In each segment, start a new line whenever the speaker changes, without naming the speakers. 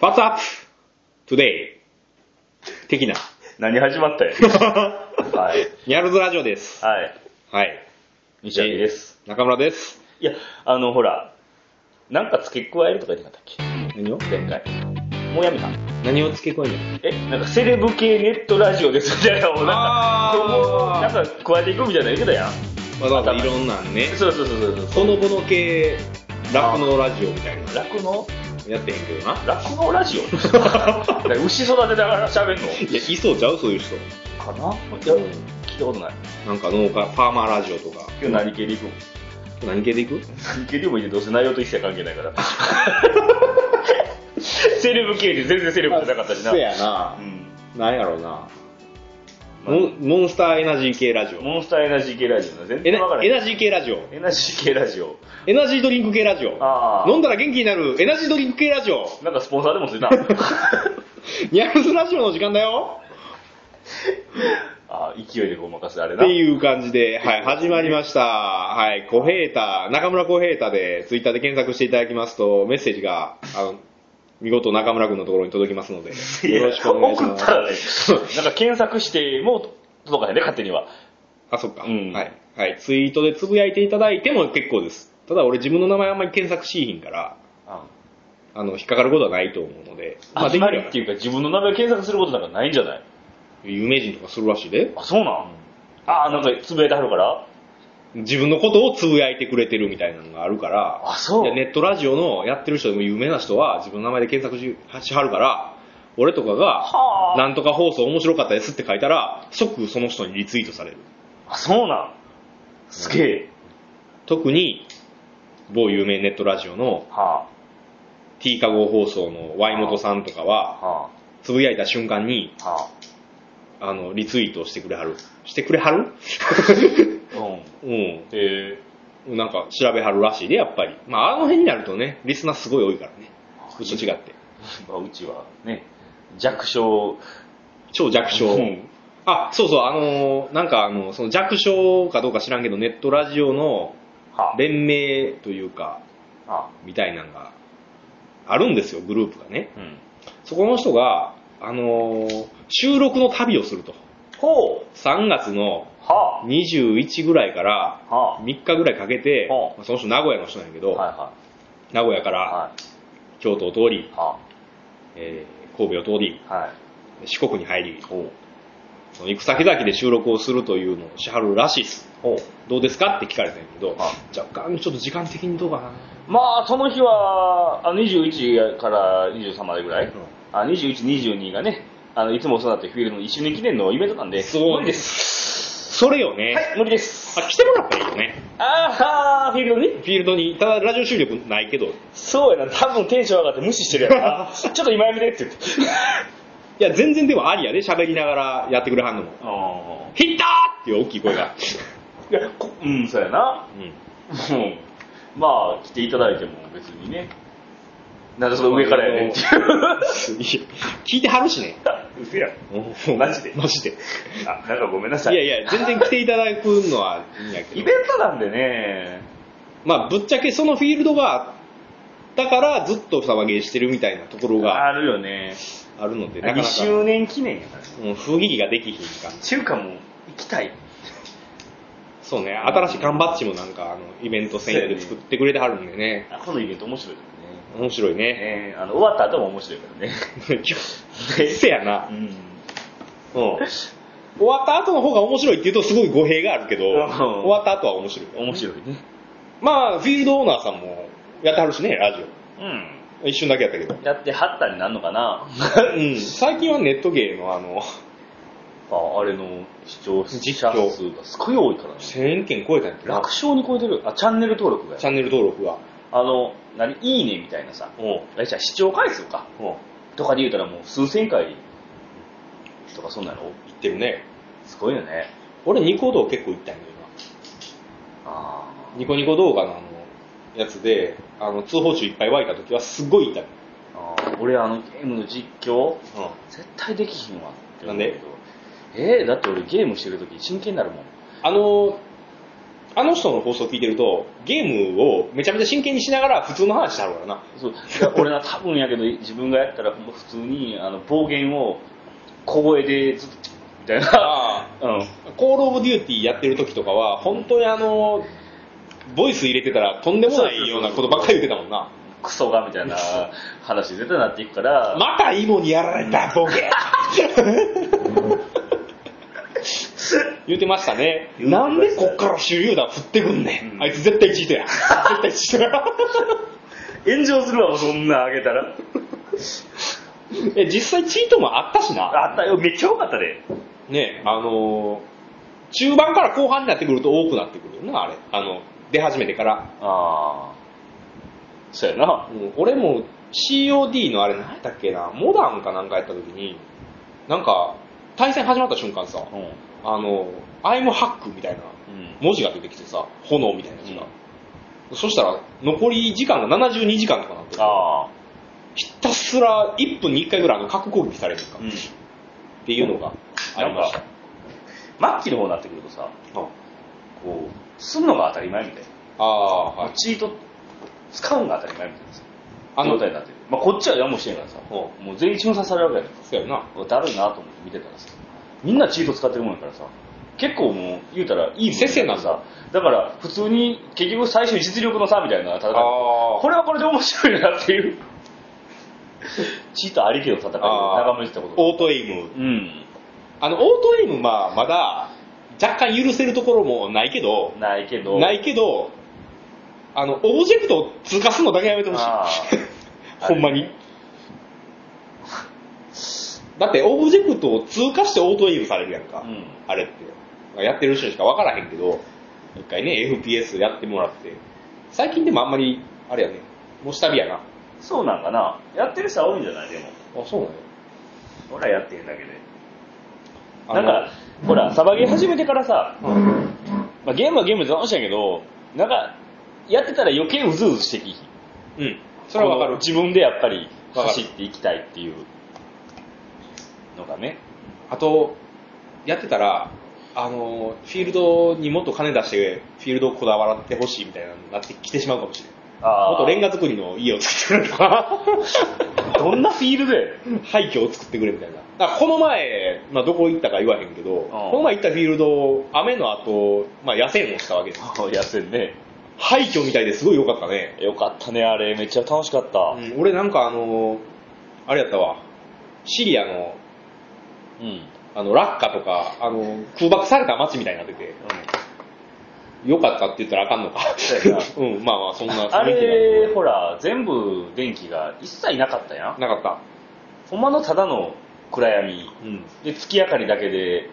What's up today? 的な。
何始まったよ。はい。
ニャルズラジオです。
はい。
はい。西
西脇です。
中村です。
いや、あの、ほら、なんか付け加えるとか言ってなかった
何を
っけ前回。もうやめた
何を付け加えるの
え、なんかセレブ系ネットラジオですみたいなのをなんか、
あー
そこをなんか加えていくみたいなの言ってたやん。
わざわざいろんなんね。
そうそうそうそうそ
ほのぼの系、酪農ラジオみたいな
う。。楽の
やってへんけどな。
楽のラジオ なんか牛育てながら喋るの
いや、いそうちゃうそういう人。
かないや、聞いたことない。
なんか農家、パーマーラジオとか。
今日何系でいくの
何系でいく
何系でもいいけど、どうせ内容と一切関係な いから。セレブ系で全然セレブじゃなかったしな。
せやな
う。ん
なんやろうな。
まあ
モンモンスターエナジー系ラジオ。
モンスターエナジー系ラジオな全
エナ
然わからな
エ
い
ナジー系ラジオ。
エナジー系ラジオ
エナジードリンク系ラジオ。
ああ
飲んだら元気になるエナジードリンク系ラ ジオ。
なんかスポンサーでもつ いたあ
ニャルズラジオの時間だよ
あ勢いでごまかすあれ
っ
な
ていう感じで、はい、始まりました。はい、小平太、中村小平太で、ツイッターで検索していただきますと、メッセージが、あの、見事中村君のところに届きますので、
いや
よろしくお願いしま
送っ
す
た。らねなんか検索しても届かへんね勝手には
あ、そっか、
うん
はい。はい、ツイートでつぶやいていただいても結構です。ただ俺自分の名前あんまり検索しいひんから、
あ
あの、引っかかることはないと思うので、
あ
で
決
き
ま
れ
り
ば
っていうか自分の名前検索することなんかないんじゃない
有名人とかするらしいで、
あそうなんああなんかつぶやいてはるから
自分のことをつぶやいてくれてるみたいなのがあるから、
あそう
いやネットラジオのやってる人でも有名な人は自分の名前で検索ししはるから、俺とかが、
はあ
なんとか放送面白かったですって書いたら、即その人にリツイートされる。
あそうなんすげえ
特に、某有名ネットラジオの
は
T カゴ放送の Y 元さんとか
あ
は、
は
つぶやいた瞬間に、
あは
あの、リツイートしてくれはる。してくれはる
あうん
う
ええ
ん。なんか調べはるらしいで、やっぱり。まあ、あの辺になるとね、リスナーすごい多いからね。うちと違って。
まあ、うちはね、弱小、
超弱小。
うん
あ、そうそう、あのーなんかあの、その弱小かどうか知らんけど、ネットラジオの
はあ
連盟というか、
あ
みたいなのがあるんですよ、グループがね。
うん、
そこの人が、あのー収録の旅をすると。
ほう、
3月の
は
21ぐらいから
あ、は
3日ぐらいかけて、
はあ
まあその人名古屋の人なんやけ
あ、
ど、
はいは
名古屋か
い、
ら
は
京都を通り
い、、は
えー神戸を通り、
あ、はい、
四国に入り、
ほう、
その行く先々で収録をするというのをしはるらしいです。
ほう。
どうですかって聞かれたんやけど
あ、
じゃあ、ガンちょっと時間的にどうかな。
まあ、その日は、あ21から23までぐらい、
うん
あ21、22がね、あのいつもお世話になってるフィールドの一周年記念のイベントなんで、
そう
無理です。
それよね、
はい、無理です。
あ来てもらったらいいよね。
あー、フィールドに
フィールドに、ただラジオ収録ないけど。い
そうやな、多分テンション上がって無視してるやろ な。ちょっと今やめてって言って。
や、全然でもありやで、喋りながらやってくれはんのも。
あー
ヒッターっていう大きい声が。
いや、こうん、そうやな。
うん。
うん。まあ、来ていただいても別にね。なんでその上からやねんってい
い
う。
や聞いてはるしね。
嘘やん。マジで
マジで。い
あ、なんかごめんなさい。
やいや、全然来ていただくのはいいんやけ
イ
ど
ベ。ントなんでね。
まあ、ぶっちゃけそのフィールドが、だからずっと騒げしてるみたいなところが
あるよね。
あるので、なか
2
なか、
周年記念やからね。
うん、不義ができひんか。
中華も行きたい。
そうね、新しい缶バッジもなんか、あの、イベント専用で作ってくれてはるんでね。
あこのイベント面白いか
面白い
ら
ね。
ね。ねあの終わった後も面白いからね。
せやな
う。ん。
うん。終わった後の方が面白いって言うとすごい語弊があるけど、
うん
終わった後は面白い。
面白いね。
まあ、フィールドオーナーさんもやってはるしね、ラジ
う
オ。一瞬だけやったけど。
ん。やってはったになるのか な。
うん。最近はネットゲーのあの、
ああれの視聴者
実況
数がすごい多いからね。
1000件超えたんやけどな
楽勝に超えてる。あ、チャンネル登録が
チ。ャンネル登録が。
あの、何いいねみたいなさ。
うん。
あれじゃあ視聴回数か。
うん。行
とかで言うたらもう数千回とかそんなの
ってるね。
すごいよね。
俺、ニコ動結構行ったんやけどな。
あ
ニコニコ動画のあの、やつで、あの、通報中いっぱい湧いた時はすごい痛い。
ーあー。俺あのゲームの実況、
うん。
絶対できひんわって思
な
う
んで
けどえー、だって俺ゲームしてるとき真剣になるもん。
あの、あの人の放送聞いてると、ゲームをめちゃめちゃ真剣にしながら普通の話してはるからな。
そういや俺な多分やけど自分がやったらほんま普通にあの暴言を小声でずっとみたいな、
あ
うん、
あ、コールオブデューティーやってる時とかは、本当にあの、ボイス入れてたらとんでもないようなことばっかり言ってたもんな。
クソがみたいな話に絶対なっていくから、
またイモにやられた、ボ ケ言ってましたね。
言うてま
なんで
した
こっから手榴弾振ってくんねん。
うん
あいつ絶対チートや。絶対チート や。
炎上するわそんなんあげたら
え、実際チートもあったしな。
あったよめっちゃ多かったで
ね、あのー中盤から後半になってくると多くなってくるよな、あれ。あの、出始めてから。
ああそうやな
うん俺も COD のあれ何やったっけな、モダンかなんかやった時に、なんか、対戦始まった瞬間さ、
うん、
あの、アイムハックみたいな文字が出てきてさ、炎みたいなやつが。そしたら、残り時間が72時間とかなってる
ああ
ひたすら1分に1回ぐらいあの核攻撃されるとか、
うん
っていうのがありました。
末期の方になってくるとさ
あ
こうすんのが当たり前みたい
あー、
な、
はい。
チート使うのが当たり前みたいなさ
あの
状、態になってる、まあ、こっちは何もしてんからさ
お
もう全員注射されるわけやか
そうやな。
らだるいなと思って見てたらさみんなチート使ってるもんやからさ結構もう言うたらいい
接戦なんだ
さだから普通に結局最初に実力の差みたいな戦い
あ
これはこれで面白いなっていうチートありきの戦いを
あー
眺めてたこと
オートエイム。
うん
あの、オートエイム、まあ、まだ、若干許せるところもないけど、
ないけど
ないけど、あの、オブジェクトを通過するのだけやめてほしい
あ。
ほんまに。だって、オブジェクトを通過してオートエイムされるやんか。
うん
あれって。やってる人にしか分からへんけど、一回ね、FPS やってもらって。最近でもあんまり、あれやね、もう下火やな。あ、
そうなんかなやってる人は多いんじゃないでも
そうなの
俺はやってへんだけで
あ
な
の
んかほらサバゲー始めてからさ、
うん
まあ、ゲームはゲームで楽しいんやけどなんかやってたら余計うずうずしてきひ
う
ん
ん。それは分か
こ
る。
の自分でやっぱり
わかる
走っていきたいっていうのがね
あと、やってたら、あの、フィールドにもっと金出して、フィールドをこだわってほしいみたいなのになってきてしまうかもしれない。
あ
もっとレン
ガ
ガ作りの家を作ってくれとか、
どんなフィールドやねん
廃墟を作ってくれみたいな。だからこの前、まあ、どこ行ったか言わへんけど、この前行ったフィールドを雨の後、まあ、野戦をしたわけです。
あ痩せんね
廃墟みたいですごい良かったね。
よかったねあれめっちゃ楽しかった
うん俺なんかあの、あれやったわ、シリアの、
うん、
あの、ラッカとか、あの、空爆された街みたいになってて、良かったって言ったらあかんのか。
そうやな
うん、まあまあ、そんな
あ
雰囲気
れほら全部電気が一切なかったやん
がなかっ
ほんまのただの暗闇
た。うん。
で月明かりだけで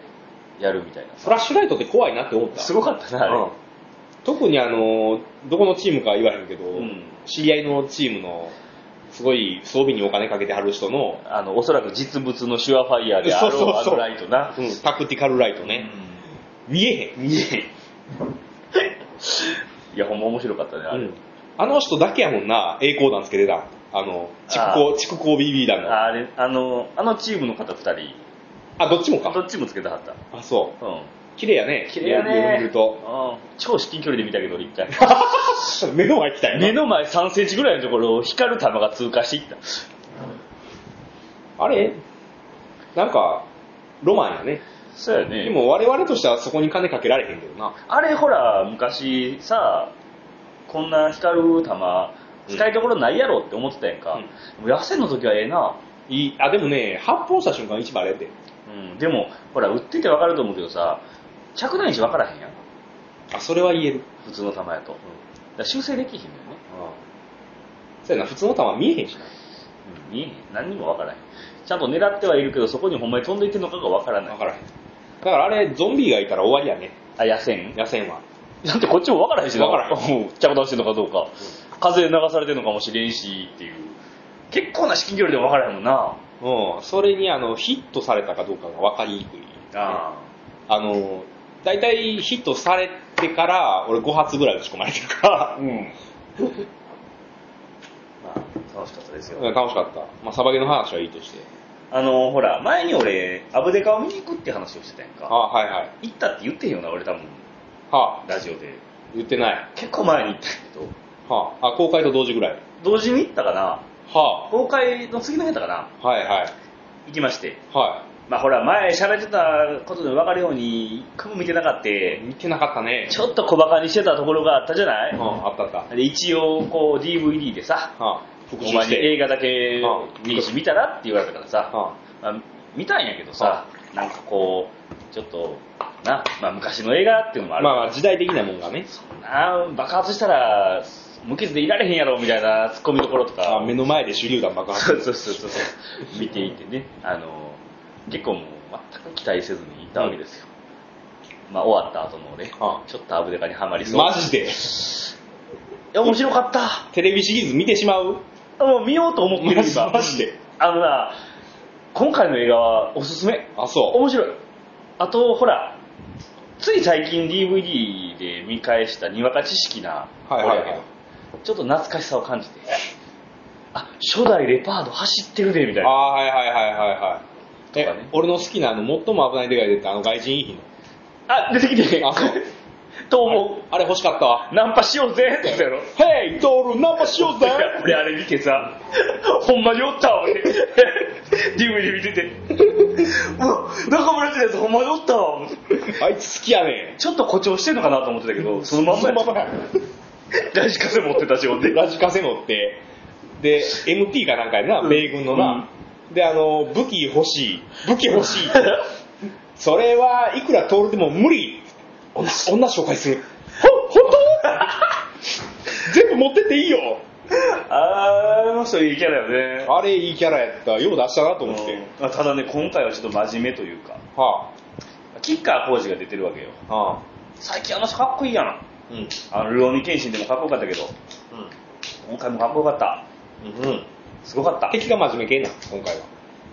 やるみたいな
フラッシュライトって怖いなって思った。
すごかったなあれ、
うん特にあの、どこのチームかは言わへんけど、
うん
知り合いのチームの、すごい装備にお金かけてはる人の、
あのおそらく実物のシュアファイヤーであろう
そうそうそう
あのライトな、
うんタクティカルライトね、見えへん。
うんいえいやほんま面白かったねあ
う
れ、
んあの人だけやもんな、栄光弾つけてた。あの、筑
あ
光、筑光 BB 弾の。あ
あれあのあのチームの方2人
どっちも
ど
か。
っちもつけたはった
あ、そう。
うん
綺麗やね。
綺麗やね
見ると。
うん超至近距離で見たけど俺一回
目の前来たよな
目の前3センチぐらいのところを光る球が通過していった
あれなんか、ロマンやね。
そうや
で
ね
も我々としてはそこに金かけられへんけどな。
あれほら昔さこんな光る球使いどころないやろって思ってたやんか、でも痩せの時はええな、
いい、あ、でもね、発砲した瞬間一番あれやって。
うん、でもほら売ってて分かると思うけどさ着弾石分からへんやん
あ、それは言える。
普通の球やと、だから修正できひんのよね、
そうやな、普通の弾見えへんし
うん、見えへん何にも分からへんちゃんと狙ってはいるけどそこにほんまに飛んでいってんのかが分から
な。わ
ない
からへん。だからあれ、ゾンビがいたら終わりやね。
あ野戦
野戦は。
だってこっちも分からへんしな
分から
うん着弾してるのかどうか、風で流されてるのかもしれんしっていう結構な至近距離でも分からへんもんな
うん。それに、あの、ヒットされたかどうかが分かりにくい。
あ
あの、大体ヒットされてから、俺5発ぐらい打ち込まれてるから
あ、うんまあ楽しかったですよ、
うん楽しかった。まあ、サバゲの話はいいとして。
あのほら前に俺アブデカを見に行くって話をしてたやん
あ
か
はいはい。
行ったって言ってへんよな俺多分
はあ、
ラジオで
言ってない。
結構前に行ったけど
はあ、あ公開と同時ぐらい。
同時に行ったかな
は
公開の次の日やったかな
あ、はいはい。
行きまして
は
まあほら前喋ってたことで分かるように雲見てなかった
い。見てなかったね。
ちょっと小バカにしてたところがあったじゃな
うん、
い、
あったあった。
で一応こう DVD でさ
はあ、復
お
習
前
し
に
て。
映画だけ
うん
見し見たらって言われたからさ、
は
まあ、見たんやけどさ、なんかこうちょっとな、まあ、昔の映画っていうのも
あ、
ある
まあまあ時代的なもんがね。
なあ爆発したら無傷でいられへんやろみたいなツッコミどころと
あ
か
目の前で手榴弾爆
そ
発。
うそうそうそう見ていてねあの結構もう全く期待せずに行ったわけですよ、まあ終わった後のね
は
ちょっとアブデカにはまり
あ、
そう
マジで
いや面白かっ
テレビシリーズ見てしまう
たもう見ようと思ってる
マジ
今
マジで
あのな今回の映画はおすすめ
あ、そ
面白いあとほらつい最近 DVD で見返したにわか知識な
う。はいはいは
俺
い
や。けどちょっと懐かしさを感じてあ初代レパード走ってるでみたい
あ
な
あ、はいはいはいはいはい。
とか
え
ね、
俺の好きなあの、最も危ないでかいでってあの外人いい日の。
あ出てきて
あそう
と思
あれ欲しかったわ。
うナンパしようぜってやつやろ
ヘイ、ドール、ナンパしようぜ
いや俺あれ見てさほんまにおったわ俺 DVD 見ててうわ中村ってやつほんまにおったわ
あいつ好きやね
ちょっと誇張してんのかなと思ってたけどその
ん。
まんまや
そ のままや。
大事風持ってたしほんで
ラジカセ乗って、で、MT かなんかやな、
うん
米軍のな。で、あの、武器欲しい、武器欲しい。それはいくら通るでも無理。女、女紹介する。ほ、本当全部持ってっていいよ。
あの人いいキャラよね
あれいいキャラやった。よう出したなと思って。
うんただね今回はちょっと真面目というか
は
キッカー浩二が出てるわけよ
あ、はあ、
最近あの人かっこいいやん
うん。うん。
あのルオニケンシンでもかっこよかったけど今回もかっこよかった
うん。
すごかった
敵が真面目系な、今回は。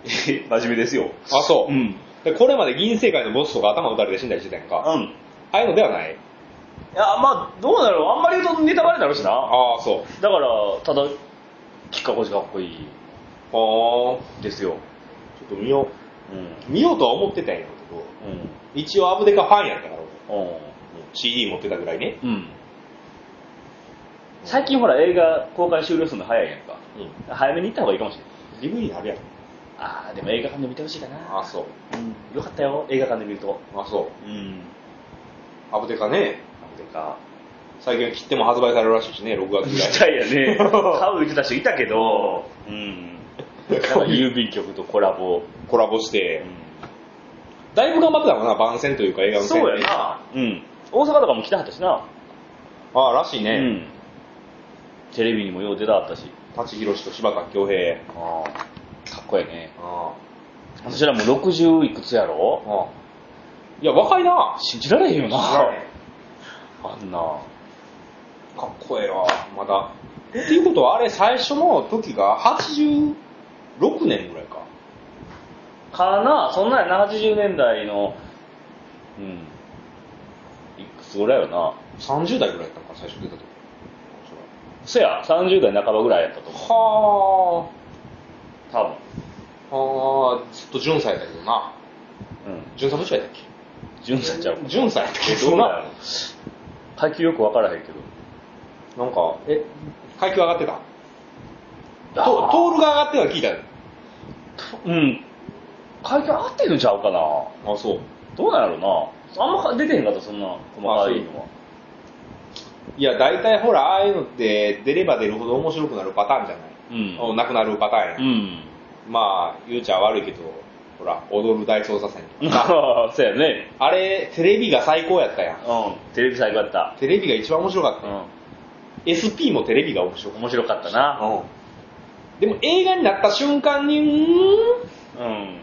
真面目ですよ
あ、そうう。
ん
でこれまで銀世界のボスとか頭打たれて死んだりしてたやんか。
うん
ああいうのではない
いやまあどうだろうあんまり言うとネタバレになるしなだか
ああ、そう。
らただキッカー浩二かっこいい
ああ、
ですよ
ちょっと見よ
うん
う。見ようとは思ってたんやけど、
うん
一応アブデカファンやったから、俺
うん
CD 持ってたぐらいね。
うん最近ほら映画公開終了するの早いやんか
うん。
早めに行った方がいいかもしれない
DVD あるやん。
ああでも映画館で見てほしいかな、
あ、そう。
うん、よかったよ映画館で見ると
あ、そう。
うん
アブデカね、
なんでか
最近は切っても発売されるらしいしね、6月ぐ
み
らい。
たいやね買う言ってた人いたけどうんなんか郵便局とコラボ、
コラボして、だいぶ頑張ってたもんな、番宣というか映画の宣
そう
伝
やなうん大阪とかも来たはったしな、
ああ、らしい
うん
ね。
テレビにもよう出たはったし
舘ひろしと柴田恭平。
ああかっこええね
あ
そしたらもう60いくつやろ
あ。いや、若いな。
信じられへんよな
か
あんな
っこええわ、まだ。っていうことは、あれ、最初の時が86年ぐらいか。
かなそんなんやな80年代のうんいくつぐらいよな
30代ぐらいだったのか、最初出た時。
そや30代半ばぐらいやったと思う
は
多分
あ。はあ、ずっと純歳だけどな。
うん
純歳どっちやったっけ
純さちゃう
純歳だったけ
ど
ど
う
な。
な階級よく分からへんけど
なんか、え、階級上がってた
あ
とトールが上がってたの聞いたよ。
うん階級合ってるんちゃうかな
あ、そう。
どうなんやろうなあんま出てへんかったそんな細かいのはい
や、大体ほら、ああいうのって出れば出るほど面白くなるパターンじゃない、
うん
おなくなるパターンやん。
うん
まあ、言うちゃ悪いけど、ほら、踊る大捜査線とか。
そうやね
あれ、テレビが最高やったやん。
うんテレビ最高やった
テレビが一番面白かった
う
やん。
ん
SP もテレビが面白かっ
面白かったな
た。でも映画になった瞬間に、う
うん
ーん。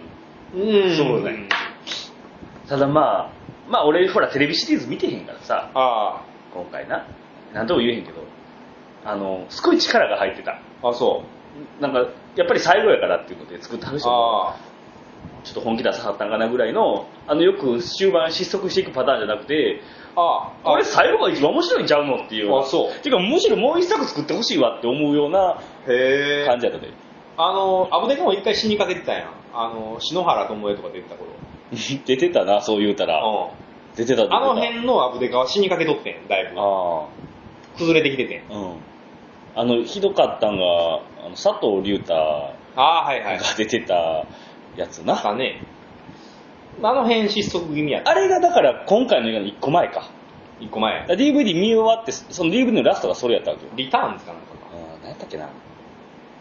うん。
そうだね。ただまあまあ俺ほらテレビシリーズ見てへんからさ
あ
今回な何とも言えへんけどあのすごい力が入ってた
あ、あ、そ
なんかやっぱり最後やからっていうことで作った
う。
人も
あ
ちょっと本気出さはったんかなぐらいのあのよく終盤失速していくパターンじゃなくて
あ。ああ。
これ最後が一番面白いんちゃうのっていう
あ、そう。
ていうかむしろもう一作作ってほしいわって思うような
へ
感じやったで
あの、アブデカも一回死にかけてたやん。あの、篠原智恵とか出てた頃。
出てたなそう言うたら
う
出てた出てた
あの辺のアブデカは死にかけとってん、だいぶ。
あ
崩れてきててん。
あうんあのひどかったんがあの佐藤隆太
ああ、はいはい
が。出てたやつな、
なんかね、あの辺失速気味やった。
あれがだから今回の映画の1個前か
一個前
だ。から DVD 見終わってその DVD のラストがそれやったわけよ
リターンズかなんかか。
うん何やったっけな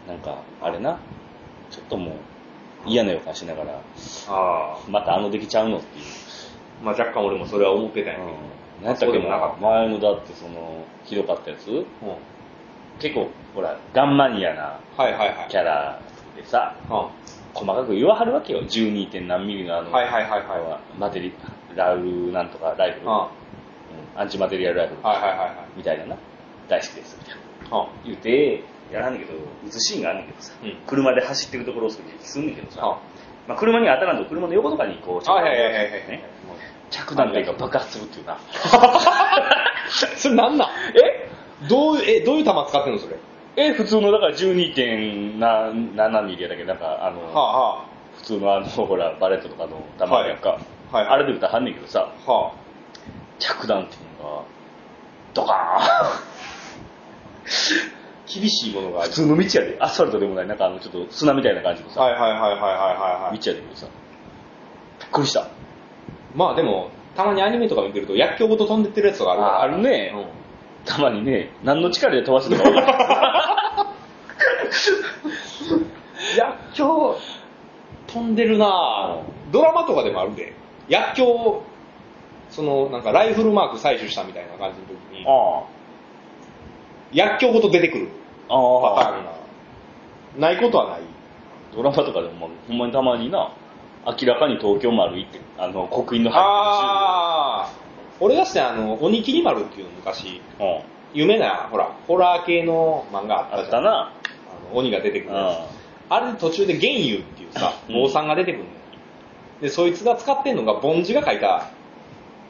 なんかあれなちょっともう嫌な予感しながら
あ
またあの出来ちゃうのっていう、
あ。まあ若干俺もそれは思ってたんやけど。
うん、何やった
そ
っ
うで
け
もなか
な
っ
前のだってそのひどかったやつ
うん
結構ほらガンマニアな
はいはいはい。
キャラでさ
うんは
細かく言わはるわけよ 12. 点何ミリのあの、
いはいはいはい。うん
マテリラルなんとかライフル、
は
うんアンチマテリアルライフル
いはいは
みたいなな大好きですみたいない
は
言うてやらんねんけど打つシーンがあんねんけどさ、
うん
車で走ってるところをすすんねんけど
い。
さ、
は
まあ、車には当たらんと車の横とかにこう
あはいはいはいはいはい
ね着弾点が爆発するっていうな
それなんなん
え
どういう、え、どういう弾使ってんのそれ。
え普通のだから12.7ミリやだけどなんかあの、
はあは
普通のあのほらバレットとかの弾やんか、
あ。はいはい。
あれで歌はんねんけどさ
は
着弾っていうのがドカ
あ。厳しいもの
ーン
があ
普
る。
通の道やでアスファルトでもないなんかあのちょっと砂みたいな感じのさ、
はいはいはいはいはいはいはい。
道やでけどさびっくりした
まあでも、たまにアニメとか見てると薬莢ごと飛んでってるやつとかあるから。
あるね、
うん
たまにね何の力で飛ばしてるか 分からない
薬莢飛んでるなぁ、ドラマとかでもあるで薬莢をそのなんかライフルマーク採取したみたいな感じの時に
あ
薬莢ごと出てくる
ああ
パ
あ
ターンがないことはない
ドラマとかでも、まあ、ほんまにたまにな明らかに東京丸行ってあの刻印の入
ああ俺がしてあの「鬼切り丸」っていう昔
ってる銃、う
有
ん、
名なほらホラー系の漫画あ
あ
った
っ
じゃ
た
んあ
な
の鬼が出てくるやつあれで途中で玄勇っていうさ
うん
坊さんが出てくるのよでそいつが使ってんのがボンジが書いた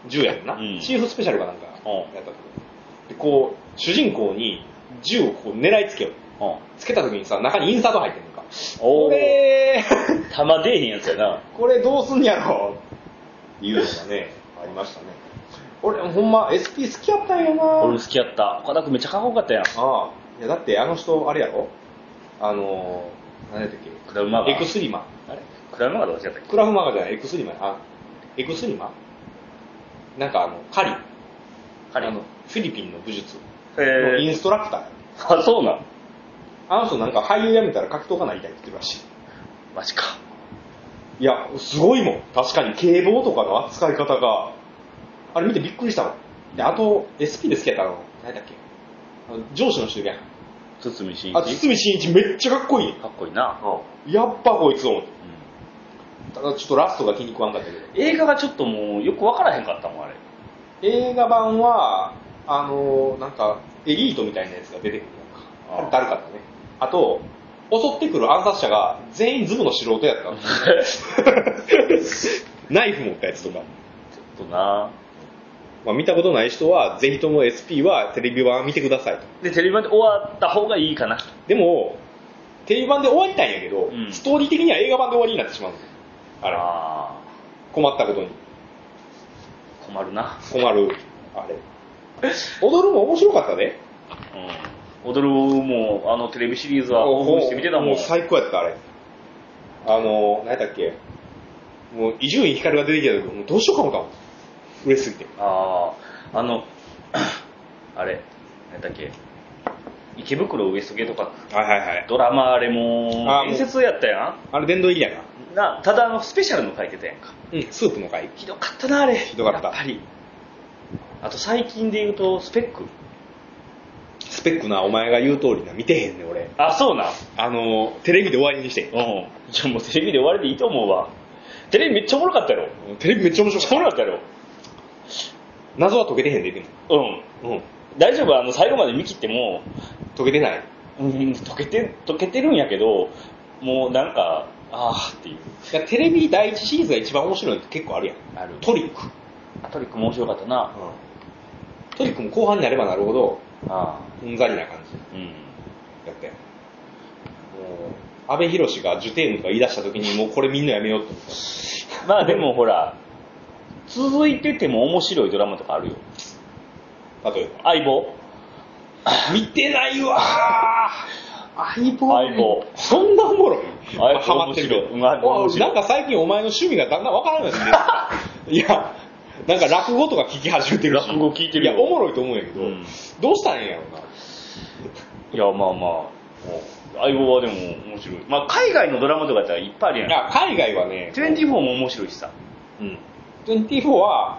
銃やんな、
うん
チーフスペシャルかなんかや
う
っ
ん
たとこでこう主人公に銃をこう狙いつけよう
うんうん
つけた時にさ中にインサート入ってんのか
お
こ
お
れ
玉出えへんやつやな
これどうすんやろっていうのが ねありましたね俺ほんま SP 好きやったんやな
俺も好きやった岡田君めっちゃかっこよかったやん
ああいやだってあの人あれやろあのー何やったっけ
クラウマガ
エクスリマ
あれクラウマガどうしちゃったっけ
クラフマガじゃない、エクスリマやあ、エクスリマなんかあの、狩り。
彼
あの、フィリピンの武術のイ
へえ
ンストラクターや。
あそうなん
あの人なんか俳優辞めたら格闘家になりたいって言ってるらし
マジか
い。いや、すごいもん。確かに警棒とかの扱い方が、あれ見てびっくりしたもん。で、あと、SP で好きやったの、何だっけあの上司の人いるやん。
堤真
あ、
一
堤真一めっちゃかっこいい。
かっこいいな、
やっぱこいつ思って。
うん
ただちょっとラストが気に食わんかったけど。
映画がちょっともうよく分からへんかったもんあれ
映画版はあのなんかエリートみたいなやつが出てくるやんかあ
あ
れだるかったねあと襲ってくる暗殺者が全員ズブの素人やったナイフ持ったやつとか、
ちょっとな
まあ、見たことない人はぜひとも SP はテレビ版見てくださいと
でテレビ版で終わった方がいいかな
でもテレビ版で終わりたいんやけど、
うん
ストーリー的には映画版で終わりになってしまうのあら
あ
困ったことに
ー困るな、
困るあれ踊るも面白かったね
うん、踊るもあのテレビシリーズは興奮して見てたもん
う最高やった、あれ。あの、何やったっけもう、伊集院光が出てきた時、もうどうしようかもかも。嬉しすぎて。
あああの あれ何だっけ池袋ウエストゲートパーク
はいはいはい。
ドラマあれも
あーもう
伝説やったや
あれ、殿堂入りやな。
んなただあのスペシャルの書いてたやんか
うん、スープの回。
ひどかったなあれひ
どかった
やっぱりあと最近で言うとスペック
スペックな、お前が言う通りな、見てへんねん、俺。
あそうなん
あの、テレビで終わりにして。
うん。じゃあもうテレビで終わりでいいと思うわ。テレビめっちゃおもろかったやろ。めっ
テレビめっちゃ面白
ちゃお
かっ
もろかったや
た。謎は解けてへんで、でも。
ろ。うん。
うん。
大丈夫あの、最後まで見切っても、
解けてない。
うん、溶けて、溶けてるんやけど、もうなんか、あーっていう。
いや、テレビ第一シリーズが一番面白いのって結構あるやん。
ある
トリック。うん。
トリックも面白かったな。
トリックも後半になればなるほど、
あ
うんざりな感じ。
ーうん。
やって。もう、安倍博がジュテームとか言い出した時に、もうこれみんなやめようと思っ
まあでもほら、続いてても面白いドラマとかあるよ
例え ば。
相棒
見てないわー相棒
相棒
そんなおもろい
相棒
ハマってるけ
面白いうん相棒
お
面
い
白い
なんか最近お前の趣味がだんだんわからないですね いやなんか落語とか聞き始めてるし
落語聞いてるよ
いやおもろいと思うんやけど、
うん
どうしたんやろない
やまあまあ相棒はでも面白い、まあ、海外のドラマとかやったらいっぱいあるや
い
ん
や海外はね
24も面白いしさ、
うん、24は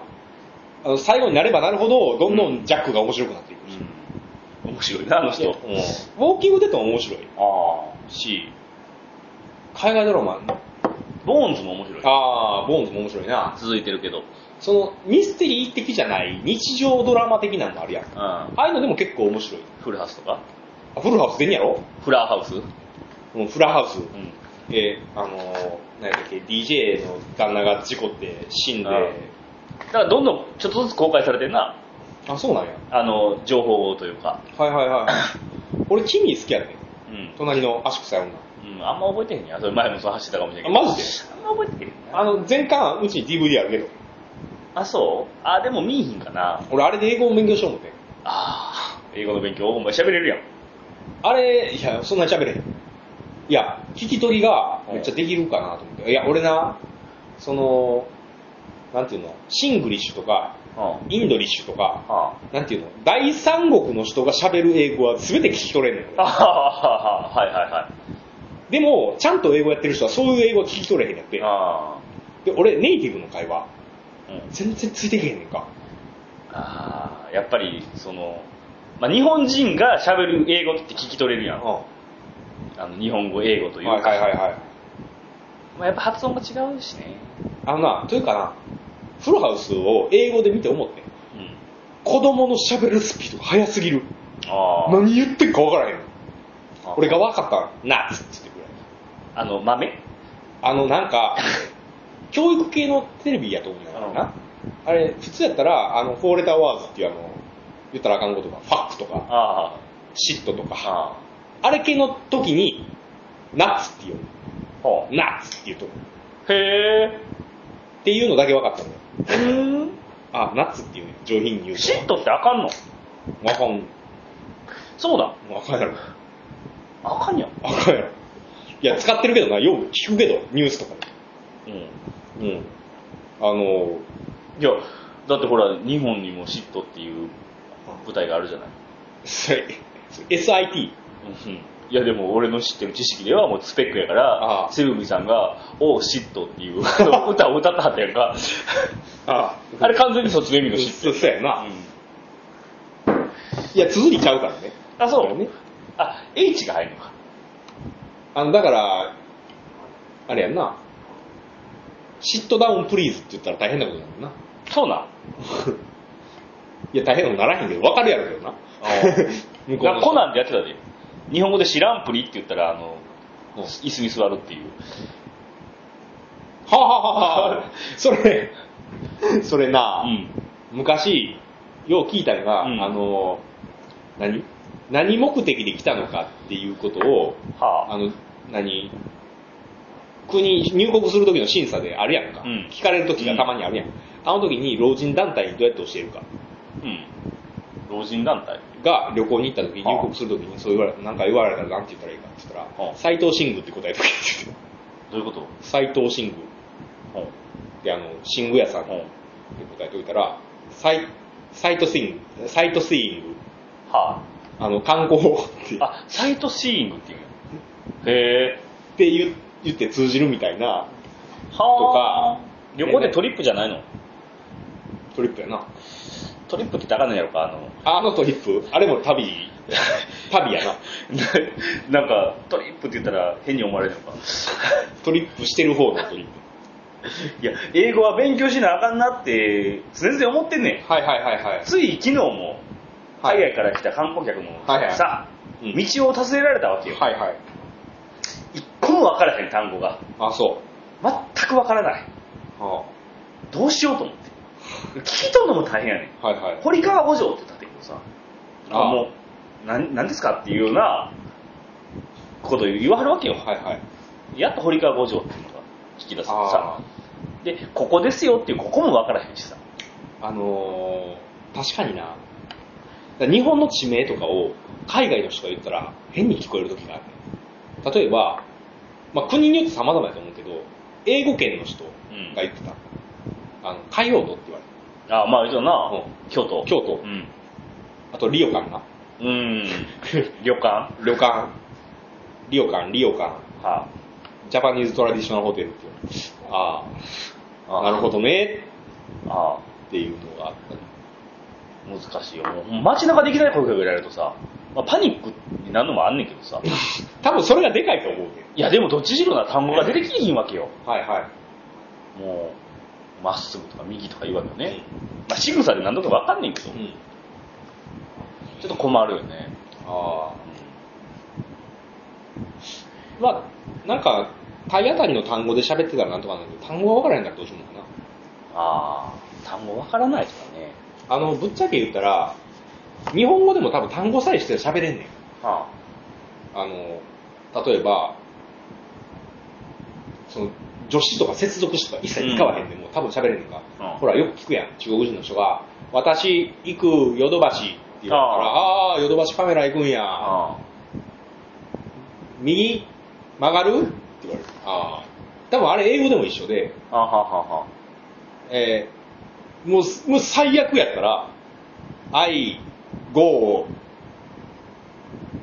あの最後になればなるほどどんどんジャックが面白くなっていく、
うん、面白いなあの
い
人
やウォーキングデッドも面白い
あ
し海外ドラマ
あボーンズも面白い
ああボーンズも面白いな
続いてるけど、うん、
そのミステリー的じゃない日常ドラマ的なのもあるやんああいうのでも結構面白い
フルハウスとか
あフルハウス出んやろ
フラーハウス、うん、
もうフラハウスえーあのー、何やったっけ DJ の旦那が事故って死んで
うだからどんどんちょっとずつ公開されてんな
あそうなんや
あの情報というか、
はいはいはい 俺キミ好きやねん
うん
隣の足臭い女
うん、あんま覚えてへんやそれ前もそう走ったかもしれんけど
あマジで
あんま覚えてへんな
あの全巻うちに DVD あるけど
あそうあでも見いひんかな
俺あれで英語を勉強しよう思って
ああ英語の勉強お前喋れるやん
あれいやそんなに喋れへんいや聞き取りがめっちゃできるかなと思っていや俺なそのなんていうのシングリッシュとか
うん
インドリッシュとか
あ
なんていうの第三国の人が喋る英語は全て聞き取れんの
あ
よ
あはいはいはい
でもちゃんと英語やってる人はそういう英語は聞き取れへんやって
あ
で俺ネイティブの会話
ー、うん、
全然ついてけへんねんか
あーやっぱりその、まあ、日本人が喋る英語って聞き取れるや
うんは
あの日本語英語とい
いう
か、
はいはいはい
まあ、やっぱ発音が違うしね、
あのなというかなフルハウスを英語で見て思ってん
うん、
子供の喋るスピードが速すぎる
あー
何言ってんか分からへん
あ
俺が分かったなっつって言ってくれ
あの豆
あのなんか教育系のテレビやと思うんだからなあれ普通やったらあのフォーレターワーズっていうあの言ったらあかんことがファックとか
あ
嫉妬と
ー
か、
あ
あれ系の時に、ナッツって言う
ーほ
の。ナッツって言うとこ。
うへえ
っていうのだけ分かったのよ。
うん
あ、ナッツっていうね、上品に言う
嫉
と。
妬ってあかんの
わかん、
そうだ
わかんやろ。
あかんやん、
あかんやろ。いや、使ってるけどな、よく聞くけど、ニュースとか
うん、い
で。うん。あの、
やだってほら日本にも嫉妬っていう舞台があるじゃない、
それ、それ SIT。
うんうんいやでも俺の知ってる知識ではもうスペックやか
あ
ら
あ
セルビさんが「おう嫉妬」っていう歌を歌ったはったやん か
あ
あれ完全にそっちの意味の嫉
そ
妬
うそうやな。
う
いや、綴りちゃうからね。
んあそ
だから
う
ね
あ H が入るのか
あの、だから、あれやんな。シットダウンプリーズって言ったら大変なことになるな。
そうなん
いや、大変なことならへんけど、わかるやろうけどな。 向こう
なんかコ
の
ナンでやってたで日本語で「知らんぷり」って言ったらあの
うん
椅子に座るっていう
人。はあ、はあはあはあ、 それ、それな、
うん
昔、よう聞いたのが、
うん
あの、何何目的で来たのかっていうことを、
は
あの、何国、入国する時の審査であるやんか。
うん
聞かれる時がたまにあるやん。あの時に老人団体にどうやって教えるか。
あうん老人団体
が旅行に行った時、
はあ
入国する時にそう言われ、なんか言われたらなんて言ったらいいかって言った
は
ら、
あ
斎藤慎吾って答えとけって言って
どういうこと
斎藤慎吾。
うん
で、あの、寝具屋さんっ
う
て
ん
答えといたら、サイサイトスイング、サイトスイング、
は
あの、観光って
ああサイトシーイングっていうんやへえ
って言言って通じるみたいな
はあ
とか
旅行でトリップじゃないの
トリップやな。
トリップって高いのやろかあ の
あのトリップ、あれも 旅、旅やな。
なんかトリップって言ったら変に思われるのか
トリップしてる方のトリップ。
いや英語は勉強しなあかんなって常々思ってんねん
はいはいはいはい。
つい昨日も
はい
海外から来た観光客も
はいはい
さ
うん
道を尋ねられたわけよ
はいはい。
一個も分からへん単語が
あ、そ。
全く分からないう
は
どうしようと思って聞き取るのも大変やねん
あ、はいはい。
堀川五条って言ったけどさ
ああ
もうなんなんですかっていうようなことを言わはるわけよ
はいはい。
やっと堀川五条っていうのが聞き出せて
あ
さ
あ
でここですよっていうここも分からへんしさ
あのー確かにな。だから日本の地名とかを海外の人が言ったら変に聞こえる時があるねん例えば、まあ、国によって様々だと思うけど、英語圏の人が言ってた。あの、海洋都って言われて
あまあ言うとな、
うん
京都
京都
うん、
あと、リオカンな。
うん、旅館は
旅館。リオカン、リオカン。
あ
ジャパニーズトラディショナルホテルっていう。ああ、
あ
なるほどね。
ああ
っていうのがあったり。
難しいよもう街中でいきなり声かけられるとさ、まあ、パニックになるのもあんねんけどさ
多分それがでかいと思うけ
いやでもどっちしろな単語が出てきひんわけよ
ど。はいはい。
もうまっすぐとか右とか言うわけよね、まあ、仕草で何とか分かんねんけど、
うん。
ちょっと困るよね、
ああ。まあ、なんか、体当たりの単語で喋ってたらなんとかなんだけど、単語が分からへんからどうしようもないな。
ああ単語分からないとかね
あの、ぶっちゃけ言ったら、日本語でも多分単語さえして喋れんねん。
あ
あの、例えば、その、助詞とか接続詞とか一切使わへんで、もう多分喋れんねんか。
うん
ほら、よく聞くやん。中国人の人が、私、行く、ヨドバシって言うから、ああー、ヨドバシカメラ行くんや。
あ
右曲がるって言われる。ああ。多分あれ英語でも一緒で、
あははは
えーもう、もう最悪やったら、I go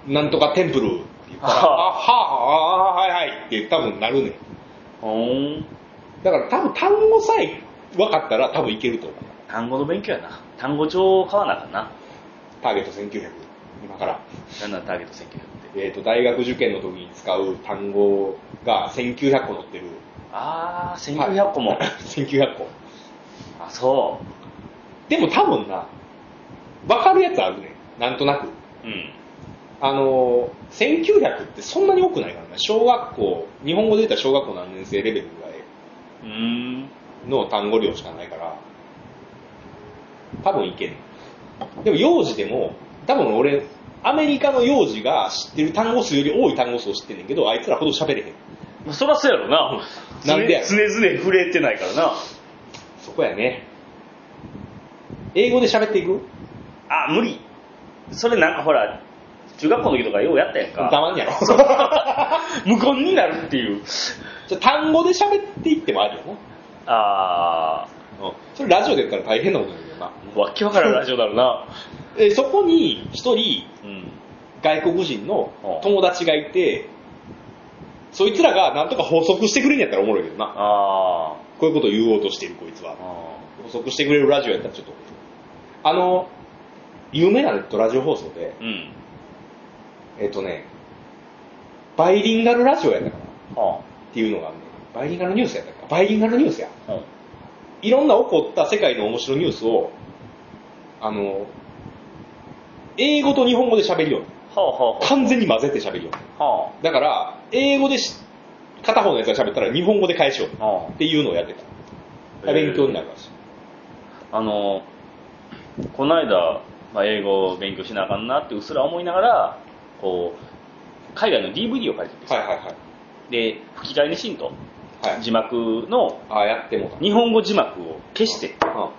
なんとかテンプルって言ったら、あ、はあ、あはいはいって多分なるねん。
ほん
だから多分単語さえ分かったら多分いけると思う。
単語の勉強やな単語帳を買わなあかんな
ターゲット1900。今から。
なんなんターゲット選挙って
えっ、と、大学受験の時に使う単語が1900個載ってる。
ああ1900個も、
1900個。
あそ
でも多分な、わかるやつあるね。なんとなく。
ううん
あのー、1900ってそんなに多くないからね。小学校、日本語で言ったら小学校何年生レベルぐらいう
ーん
の単語量しかないから、多分いけんねでも幼児でも、多分俺、アメリカの幼児が知ってる単語数より多い単語数を知ってんねんけど、あいつらほど喋れへん。
まあそらそうやろな
なんでや
常々常々触れてないからな
そこやね。英語で喋っていく
あ無理それなんかほら中学校の時とかようやったやん
た
か
まんやろ。
無言になるっていう
じゃあ単語で喋っていってもあるよな。
あ
うんそれラジオで言ったら大変なことだけどな。
あわっけわからんラジオだろう な
えーそこに一人
うん
外国人の友達がいて、そいつらがなんとか補足してくれるんやったらおもろいけどな。
あ
こういうことを言おうとしてるこいつは
ー。あ
補足してくれるラジオやったらちょっと。あの、有名なネットラジオ放送で、
ーうん
えっ、とね、バイリンガルラジオやったかなっ
は
ていうのがあるね。バイリンガルニュースやったかなバイリンガルニュースや。
あ、うん
いろんな起こった世界の面白いニュースを、あの、英語と日本語で喋るように。
はあはあは
完全に混ぜて喋るように。
あは
だから、英語でし片方のやつが喋ったら日本語で返しよう
あは
っていうのをやって
へ
た。
ー
勉強になるらしい。
ああのこの間、まあ、英語を勉強しなあかんなってうっすら思いながらこう海外の DVD を借りててさ、
はいはいはい。
で吹き替えにしんと
はい、
字幕の
ああ、やってもうた。
日本語字幕を消して
うんは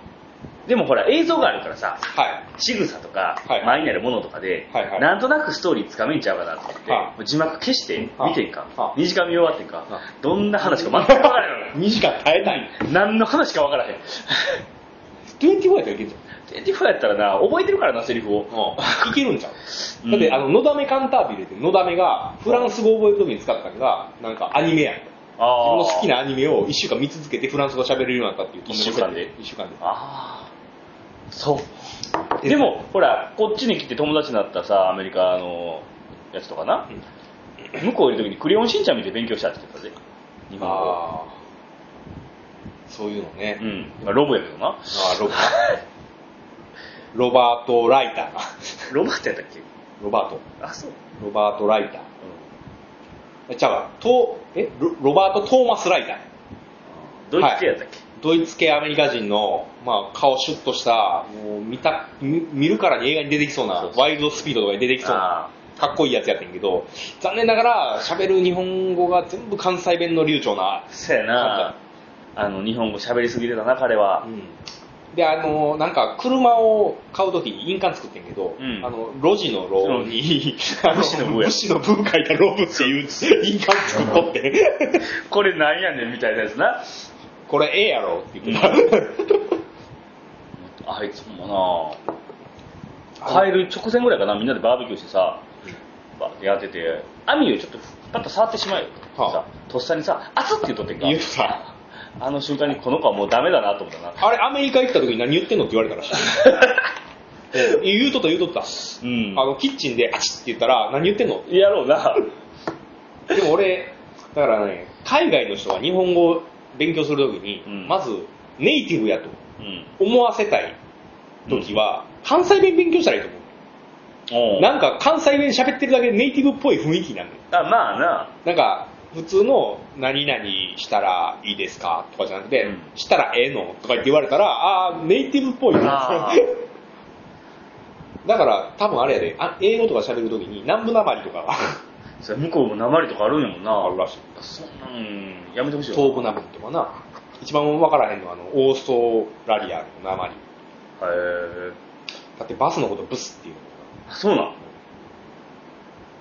でもほら映像があるからさ
い。
仕草とか、
はい
前になるものとかで、
はいはい
なんとなくストーリーつかめんちゃうかなと思って、
は
もう字幕消して
は
見てんか、
は
2時間見終わってんか、
は
どんな話か全く分から へん
2時間耐えたい。
何の話か分からへん
24やったらいけんじ
24やったらな覚えてるからなセリフを
ゃん。いけるんちゃう
うん
だって、あの、のだめカンタービレで、のだめが、フランス語を覚えるときに使ったのが、なんかアニメやん。自
あ
分
ー
の好きなアニメを1週間見続けてフランス語喋れるようになったっていう。
一週間で
1週間で。
あーそうでもほらこっちに来て友達になったさアメリカのやつとかな、向こういる時に「クレヨンしんちゃん」見て勉強したって言ってたぜ日本語
ああ。そういうのね。
うんまあロボやけどな
あーロバロバート・ライター な。
ロバってやったっけ
ロバート。
あそう、
ロバート・ライター。えちゃうわ。トーえロロバート・トーマス・ライター。
ドイツ系やったっけ、
ドイツ系アメリカ人の、まあ、顔シュッとした、もう見た、見見るからに映画に出てきそうな
そう、そう
ワイルドスピードとかに出てきそうな、
あ
かっこいいやつやってんけど、残念ながら喋る日本語が全部関西弁の流暢な
あそうやなあの日本語喋りすぎてたな彼は、
で、あの、なんか、車を買うときに印鑑作ってんけど、
うん
あの、路地のローに、あの
武士の部や
武士の部書いたローブっていう印鑑作っとって、
これなんやねんみたいなやつな
これええやろって言ってた。
あいつもな帰る直前ぐらいかなみんなでバーベキューしてさバーってやってて網をちょっとパッと触ってしまうよ、
はあ
さとっさにさ「熱っ!」って言っとってんか
言うさ、
あの瞬間にこの子はもうダメだなと思ったな
あれ、アメリカ行ったときに何言ってんのって言われ たらしい。うん言うとった言うとった。
うん
あの、キッチンで、あちって言ったら、何言ってんの
やろ うな
でも俺、だからね、海外の人が日本語を勉強するときに、
うん
まず、ネイティブやと
うん
思わせたいときは、関西弁勉強したらいいと思う。
おう
なんか関西弁喋ってるだけでネイティブっぽい雰囲気になるのよ
あまあな
なんか普通の何々したらいいですかとかじゃなくて、
うん
したらええのとか言って言われたら、ああ、ネイティブっぽいな
あ。
だから多分あれやで、あ英語とか喋るときに南部なまりとかが
それ向こうも鉛とかあるんやもんな
あるらしい。
そんなんやめてほしい
東部なまりとかな。一番わからへんのはあの、オーストラリアのなまり。
へえ
だってバスのことブスっていうのか
あそうなん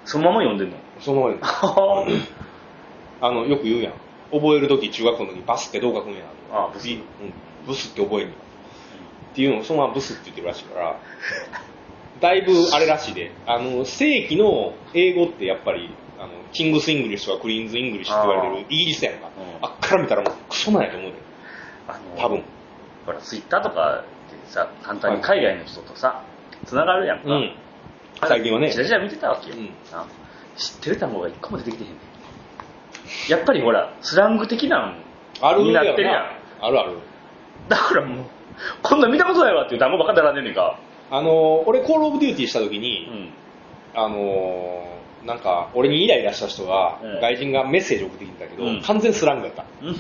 そのまま読んでんの
なその ようにあの、よく言うやん。覚えるとき、中学校の時バスってどう書くんやなとか。
あブス
ビうん。ブスって覚えるの。っていうのをそのままブスって言ってるらしいから、だいぶあれらしいで、あの、正規の英語ってやっぱり、あの、キングスイングリッシュとかクリーンズイングリッシュって言われてるイギリスやんか。
うん
あっから見たらもうクソなんやと思うで、
あの
多分。
ほらツイッターとかでさ簡単に海外の人とさつながるやんか、
うん。最近はね
チ。ラチラ見てたわけよ、
うん
あ知ってる単語が一個も出てきてへんねんやっぱりほらスラング的なん
ある
になってるや
な。あるある。
んだからもうこんなん見たことないわっていう単語ばっか並んでんねんか
あの、俺、コールオブデューティーした時
う
に、
ん
あのーなんか、俺にイライラした人が、
うん
外人がメッセージ送ってきたんだけど、
うん
完全スラングだった。
うん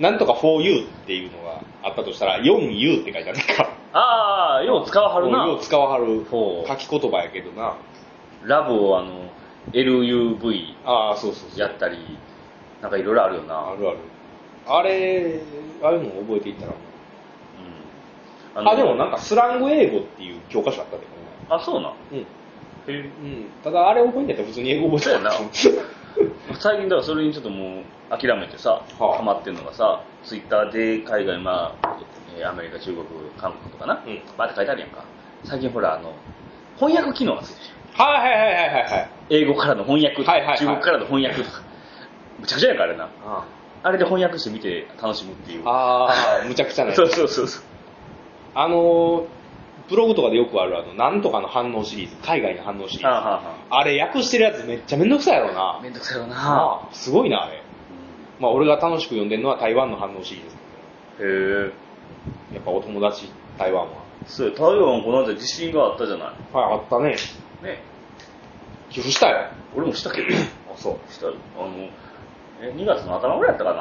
なんとか 4U っていうのがあったとしたら、4U って書いてあるなんか。
ああよう使わはる
よ
な
う使わはる
ほう
書き言葉やけどな。
ラブをあの LUV
ああ、そうそうそう。
やったりなんかいろいろあるよな
あるある。あれ、ああいうのを覚えていったらもう
うん
あ
の
でもなんかスラング英語っていう教科書あったで、
あそうなん
この前
へ
うん。うん。ただあれ覚えんやったら普通に英語覚えたら
そう最近だからそれにちょっともう諦めてさ、
はあ
ハマってんのがさツイッターで海外まあ、えーアメリカ中国韓国とかな、
うん
バーって書いてあるやんか最近ほらあの翻訳機能がついてるじゃ ん
はいはいはいはいはいはい。
英語からの翻訳、
はいはいはい
中国からの翻訳とかむちゃくちゃやんかあれな
あ
あれで翻訳してみて楽しむっていう
あー、むちゃくちゃね。
そうそうそう そう
あのー、ブログとかでよくあるあの、なんとかの反応シリーズ、海外の反応シリーズ。
あー
あ
はーは
れ訳してるやつめっちゃめんどくさいやろな
ー。めんどくさいよな、
ああすごいな、あれ。まあ俺が楽しく読んでるのは台湾の反応シリーズ。
うんへえ
やっぱお友達、台湾は。
そう台湾この間地震があったじゃな
はい、あったね。
いね
寄付したよ。
俺もしたけど
あ、そう。
したあのえ2月の頭ぐらいやったか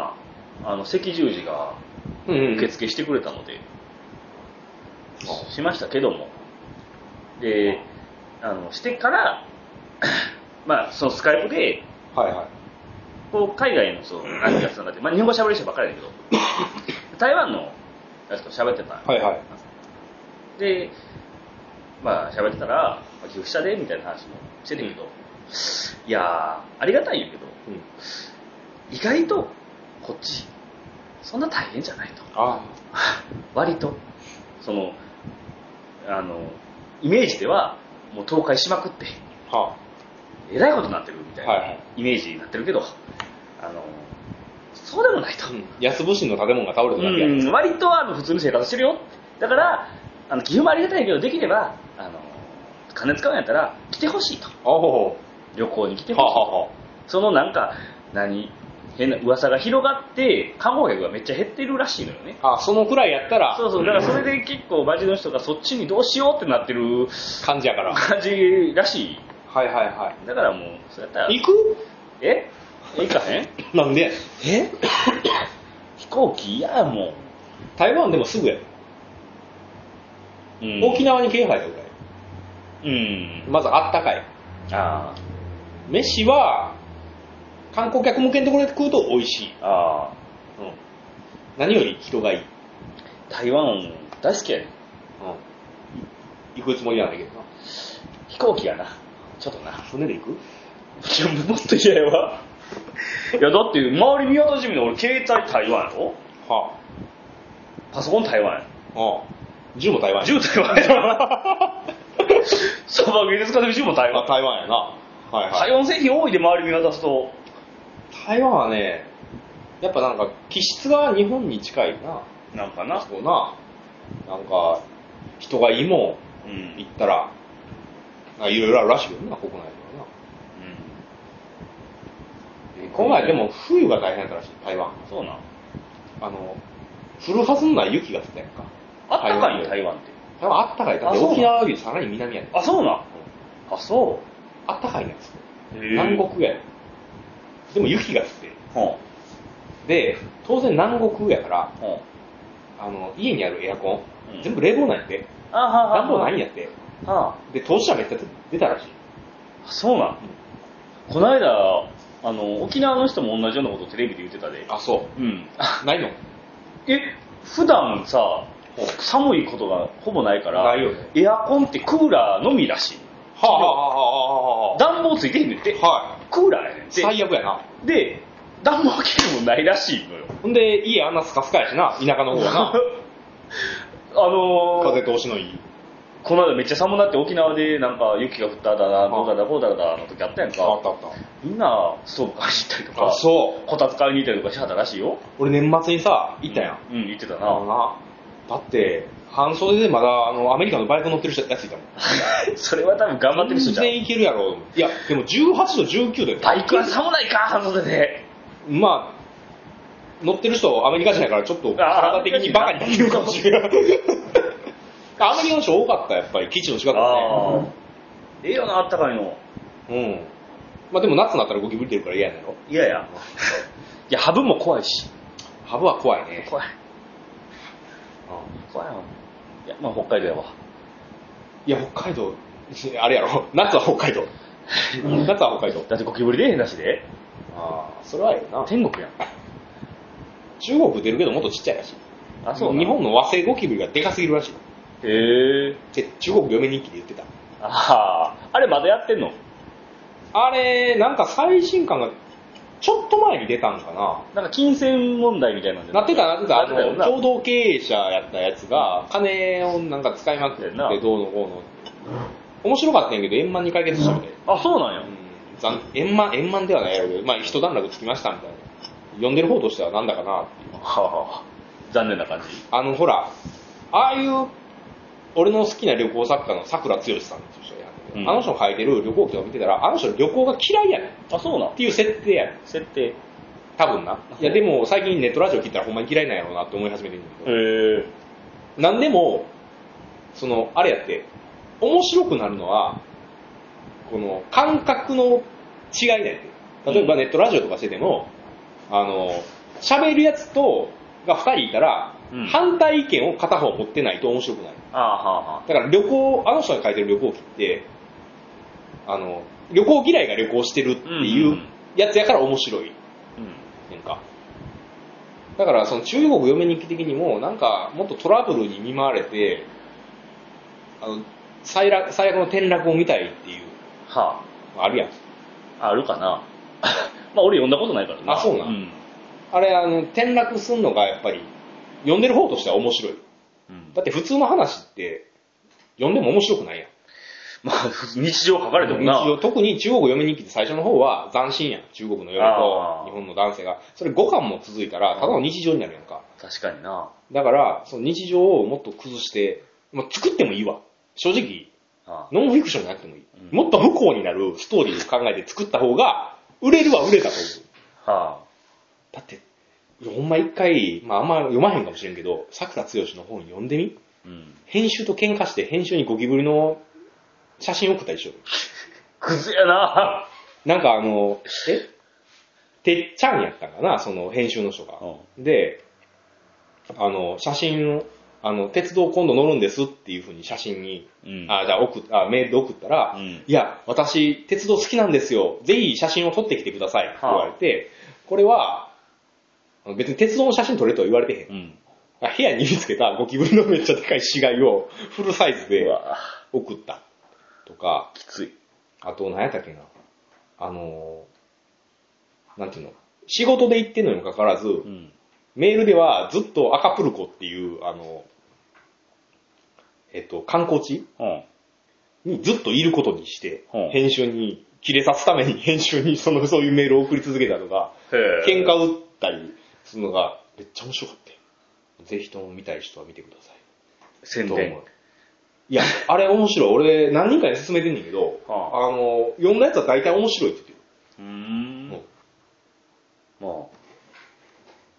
なあの赤十字が
うん、うん。
受付してくれたので、
あ
しましたけどもであのしてから まあそのスカイプで
はいはい。
こう海外のその何がつながって、まあ、日本語喋る人ばっかりだ けど台湾のやつと喋ってた、
はいはい。
でまあ喋ってたら「まあ寄付したで」みたいな話もしてたけど、いやーありがたいんやけど
うん。
意外とこっちそんな大変じゃないと
あ
割とそのあのイメージではもう倒壊しまくって
あ。は
えらいことになってるみたいな、
はいはい
イメージになってるけどあのそうでもないと
あ。、うん。安伏の建物が倒れただけや
うん割とあの普通に生活してるよだからあの寄付もありがたいけどできればあの金使うんやったら来てほしいと
あほ
旅行に来て
うはあ
ほしいと
は
そのなんか何変な噂が広がって観光客がめっちゃ減ってるらしいのよね
あはあ。あ、そのくらいやったら、
そうそう、だからそれで結構、バジの人がそっちにどうしようってなってる
感じやから。
感じらしい。
はいはいは
だからもう、そうやったら、
い。行
ええ行かへん
くなんで
え飛行機嫌やも
台湾でもすぐやで。
ん。うん
沖縄に気配だぐらい。
うん。
まずあったかい。
あ
飯は、観光客向けのところで食うと美味しい。
あ。ああ。うん
何より人がいい。
台湾大好きやねん
行くつもりなんだけどな。
飛行機がなちょっとな
船で行く
いやもっと嫌やわいやだって周り見渡してみる俺携帯台湾やろ
は
パソコン台湾や
あ。ああ。銃も 台湾や。
銃台湾やサバゲーで使ってる銃も台
あ
湾
台湾やな。はいはい。
台湾製品多いで周り見渡すと
台湾はね、やっぱなんか気質が日本に近いな。
なんかな
そうな。なんか、人がいいも、
うんん
行ったら、なんかいろいろあるらしいよな、国内ではな。
うん
この前でも冬が大変だったらしい、台湾。
そうなん
あの、降るはずのない雪が降ったやんか。
あったかい
台湾
よ
で
台湾って
台湾あったかいだっ
あ
て
そう
沖縄よりさらに南やねん。
あそうなんあそ
あったかいんです
う
南国やねんでも雪が降ってる。
ほ
で、当然南国やから
う、ほ
あの、家にあるエアコン、
うん
全部冷房なんやって。
うあはは
暖房ないんやって。
あ
で、当事者めっちゃ出たらしい。
そうなんこの間あの沖縄の人も同じようなことをテレビで言ってたで
あ、そ
うん
う。ないの
え普段さ
ほう
寒いことがほぼないから
ないよね
エアコンってクーラーのみらしい
はあ、はあはあはあは
暖房ついてへんねんって
あ、はあ。は
クーラーやねん
い。
て
最悪やな。
で暖房器具もないらしいのよ
ほんで、家あんなスカスカやしな、田舎の方がな。
あのー
風通しのいい。
この間めっちゃ寒なって沖縄でなんか雪が降っただな、どうだだこうだだの時あったやん
あっ
か。
たあった。
みんなストーブ買いに行ったりと
あ、
か、
そう。
こたつ買いに行ったりとかしはったらしいよ。
俺年末にさ、行ったやん。
うん、行ってた
あの
な。
な。だって、半袖でまだ、あの、アメリカのバイク乗ってる人やついたもん。
それは多分頑張ってる人じゃん
全。然いけるやろ。いや、でも18度、19度やで
バイクは寒ないか、半袖で。
まあ、乗ってる人、アメリカ人やから、ちょっと
あ
体
ー
的にバカになってるかもしれない。 アメリカの人多かった、やっぱり、基地の近く
あ
は
あ。ええよな、あったかいの。
ね。うん。まあでも夏になったらゴキブリ出るから嫌やねんろ。
い やいや。いや、ハブも怖いし。
ハブは怖いね。
怖い。怖いもん。いや、まあ北海道やわ。
いや、北海道、 あれやろ。夏は北海道。夏は北海道。
だってゴキブリ出えへんだしで。
ああ、それはええな。
天国やん。
中国出るけどもっとちっちゃいらしい。
あ、そうな
日本の和製ゴキブリがでかすぎるらしい。
へえ。
で、中国嫁人気で言ってた。
ああ、あれまだやってんの
あれ、なんか最新刊がちょっと前に出たんかな。
なんか金銭問題みたいなんじゃ
なってた、なってた、あ
なってたよ
の、
な。
共同経営者やったやつが、金をなんか使いまくって、ど
な
うのこうの。面白かったんやけど、円満に解決したみたいな。
あ、そうなんや
う。ん残円満、円満ではないやろうけど、まあ、一段落つきましたみたいな。読んでる方としてはなんだかなっていう。
はあ、残念な感じ。
あの、ほら、ああいう、俺の好きな旅行作家の桜剛さんっていう人がやってて
うん
あの人の書いてる旅行記を見てたら、あの人旅行が嫌いやねんっ
あ、そうなん。
ていう設定やねん。
設定。へ
多分な。いや、でも最近ネットラジオ聞いたらほんまに嫌いなんやろうなって思い始めてるんだけど。
え。
なんでも、その、あれやって、面白くなるのは、この、感覚の違いだよね。例えば
うん
ネットラジオとかしてても、あの、喋るやつと、が二人いたら、
うん
反対意見を片方持ってないと面白くない。
ああ、はあ、はあ。
だから旅行、あの人が書いてる旅行記って、あの、旅行嫌いが旅行してるっていうやつやから面白い。
うん。
なんか。だから、その中国嫁日記的にも、なんか、もっとトラブルに見舞われて、あの、最悪最悪の転落を見たいっていう、
は
あるやん。
あ。あるかな。 まあ俺読んだことないからな。
あそうなん
うん。
あれ、あの、転落すんのがやっぱり、読んでる方としては面白い。
うん
だって普通の話って、読んでも面白くないやん。
まあ、普通日常書かれても
日
な。
常特に中国嫁日記って最初の方は斬新やん。中国の嫁
あ
と
ー
日本の男性が。それ5巻も続いたら、ただの日常になるやんか。
確かにな。
だから、その日常をもっと崩して、まあ、作ってもいいわ。正直、
あ
ノンフィクションになってもいい。
うん
もっと不幸になるストーリーを考えて作った方が、売れるは売れたと思う。
あ。は
だって、いやほんま一回、まああんま読まへんかもしれんけど、桜剛の本読んでみ
あ。うん。
編集と喧嘩して編集にゴキブリの写真送ったでしょ。
クズやな。
なんかあの、えてっちゃんやったんかな、その編集の人が。で、あの、写真を、あの、鉄道今度乗るんですっていうふうに写真に、
うん。
あ、じゃあ送っあメールで送ったら、
うん
いや、私、鉄道好きなんですよ。ぜひ写真を撮ってきてください。って言われて、これは、別に鉄道の写真撮れとは言われてへん
う。ん。
あ部屋に見つけたゴキブリのめっちゃでかい死骸をフルサイズで
うわ
送った。とか、
きつい。
あと何やったっけな。あのー、なんていうの。仕事で行ってんのにもかかわらず、
うん。
メールではずっとアカプルコっていう、あの、えっと、観光地
うん。
にずっといることにして
うん、
編集に、切れさすために 編集にその、そういうメールを送り続けたとか、
へ
喧嘩打ったりするのがめっちゃ面白かったよ。ぜひとも見たい人は見てください。
宣
と思
伝
う。。いや、あれ面白い。俺何人かに勧めてんねんけど、
は
あの、読んだやつは大体面白いって言って
うー
る。
ん
もう。
ま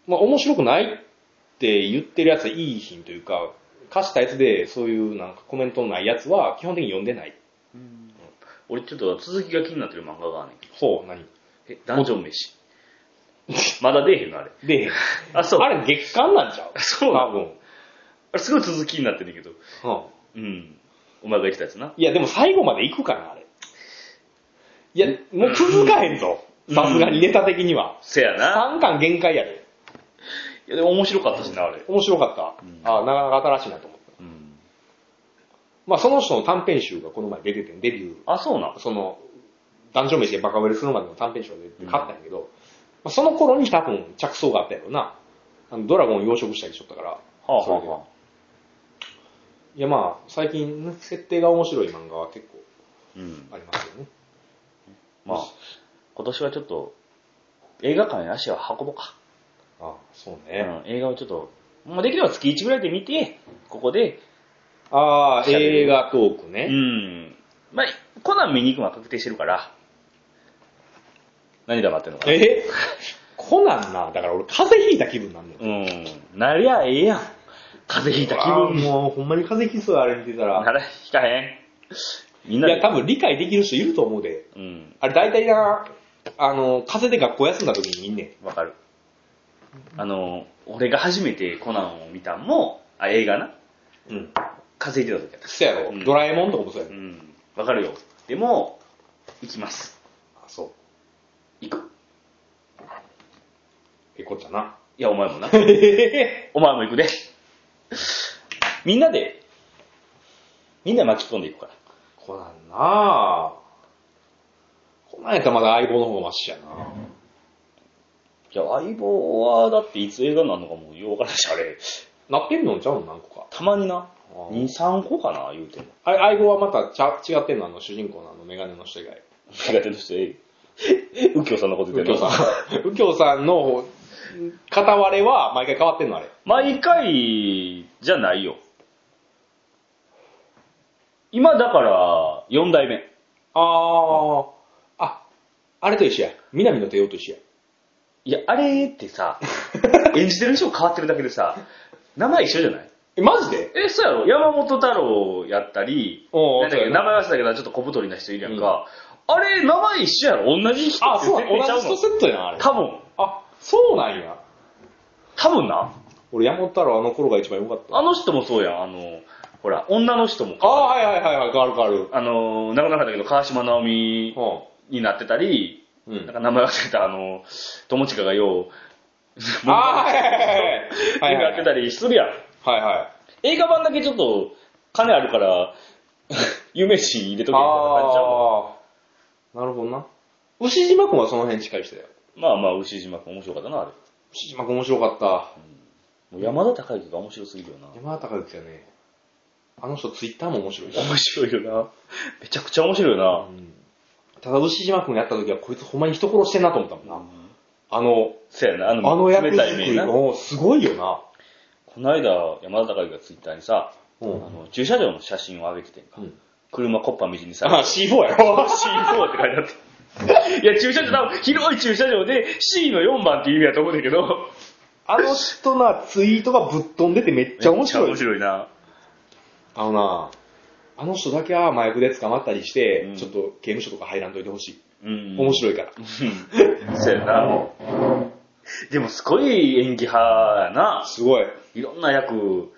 まあ、面白くないって言ってるやつはいい品というか、貸したやつでそういうなんかコメントのないやつは基本的に読んでない。
あ。俺ちょっと続きが気になってる漫画があんねんけど。
ほう、何
え、ダンジョン 飯。まだ出えへんのあれ。
で、
あ、そう。
あれ月刊なんちゃう
そうな
多
の
分。
あれすごい続きになってんねんけど。
うん
うん。お前が言ってたやつな。
いや、でも最後まで行くかな、あれ。いや、もう続かへんぞ。
うん
さすがにネタ的には。
せやな。
3巻限界やで。
いや、でも面白かったしな、あれ。
面白かっ
うん
た。あなかなか新しいなと思った。
うん。
まあ、その人の短編集がこの前出てて、デビュー
あ、そうなん。
その、男女飯でバカ売れするまでの短編集が出て買ったんやけど、まあ、その頃に多分着想があったやろうな。あのドラゴンを養殖したりしとったから。
はあ、
それ
は
で
あ、はい
やまあ、最近ね設定が面白い漫画は結構
あ。うん。
ありますよね。
まあ、今年はちょっと、映画館に足を運ぼうか。
ああそう
う
ね。
ん、映画をちょっと、まあ、できれば月1ぐらいで見て、ここで、
ああ、映画トーク
う
ね。
ん。まあ、コナン見に行くのは確定してるから、何黙ってんのかな。
えコナンな、だから俺風邪ひいた気分なんだよ。
うん。なりゃええやん。風邪ひいた気分
うわあもうほんまに風邪ひきそうやあれ見てた
な
ら。
らひかへん。みん
い
なで。
や、多分理解できる人いると思うで。
うん。
あれ大体な、あの、風邪で学校休んだ時に見んねん。
わかる。あの、俺が初めてコナンを見たんも、あ、映画な。
うん。
風邪ひいてた時やった。
そうやろ、
うん
ドラえもんとかもそうや
う
ろ、
ん。わかるよ。でも、行きます。
あ、そう。
行く。
えこっちゃな。
いや、お前もな。
え
お前も行くで。みんなで、みんな巻き込んでいくから。
コナンなぁ。コナンやったらまだ相棒の方がマシやなぁ。
いや、相棒は、だっていつ映画なのかもうようわからんし、あれ。
なってんのちゃうの何個か。
たまにな、
あ
2、3個かな、言うても。
あれ相棒はまたちゃ違ってんのあの主人公のあのメガネの人以外。
苦手の人、え 右京さんのこと言
右
って
京
る
さん。右京さんの片割れは毎回変わってんのあれ。
毎回、じゃないよ。今だから、4代目。
ああ。あ、あれと一緒や。南の帝王と一緒や。
いや、あれって さ、演じてる人変わってるだけでさ、名前一緒じゃない
え、マジで
え、そうやろ山本太郎やったり、
お
なんだっけ名前忘れたけど、ちょっと小太りな人いるやんか。あれ、名前一緒やろ同じ人
あ、
って
そう
設定ち
な
ゃ
の同
う
じ
の
人セットやん、あれ。
多分、
あ、そうなんや。
多分な。
俺、山本太郎あの頃が一番良かった。
あの人もそうやん。あの、ほら、女の人も
ああ、はいはいはいはい、変わる変わる。
あの、亡くなったけど、川島直美になってたり、
うん。うん。
なん か名前忘れた、あの、友近がよう、
ああ、はいはいはいはい。
や
は
って
い
たりするやん。
はいはい。
映画版だけちょっと、金あるから、 有名人入れとけみたいな感じちゃうの
ああ、なるほどな。牛島くんはその辺近い人だよ。
まあまあ、牛島君面白かったな、あれ。
牛島くん面白かった。
もう山田孝之が面白すぎるよな。
山田孝之やね。あの人ツイッターも面白いし。
面白いよな。めちゃくちゃ面白いよ
うんただ牛島くんやった時はこいつほんまに人殺してんなと思ったもん
な。
な。あの、
そうやな、あ
あの
の、
役
冷た
作
い
り
目な。こ
おーすごいよな。
の間、山田孝之がツイッターにさ、
う
あ
ん。
の駐車場の写真を上げててんか。
うん
車コッパみじんにされて
あ、C4 やろ。
C4 って書いて あって。いや、駐車場、多分広い駐車場で C の4番っていう意味だと思うんだけど。
あの人なツイートがぶっ飛んでてめっちゃ面白い
めっちゃ面。白いな。
あのな、あの人だけは麻薬で捕まったりして、
うん
ちょっと刑務所とか入らんといてほしい。
うん
面白いから。
い。 そうやな。でもすごい演技派やな。
すごい。
いろんな役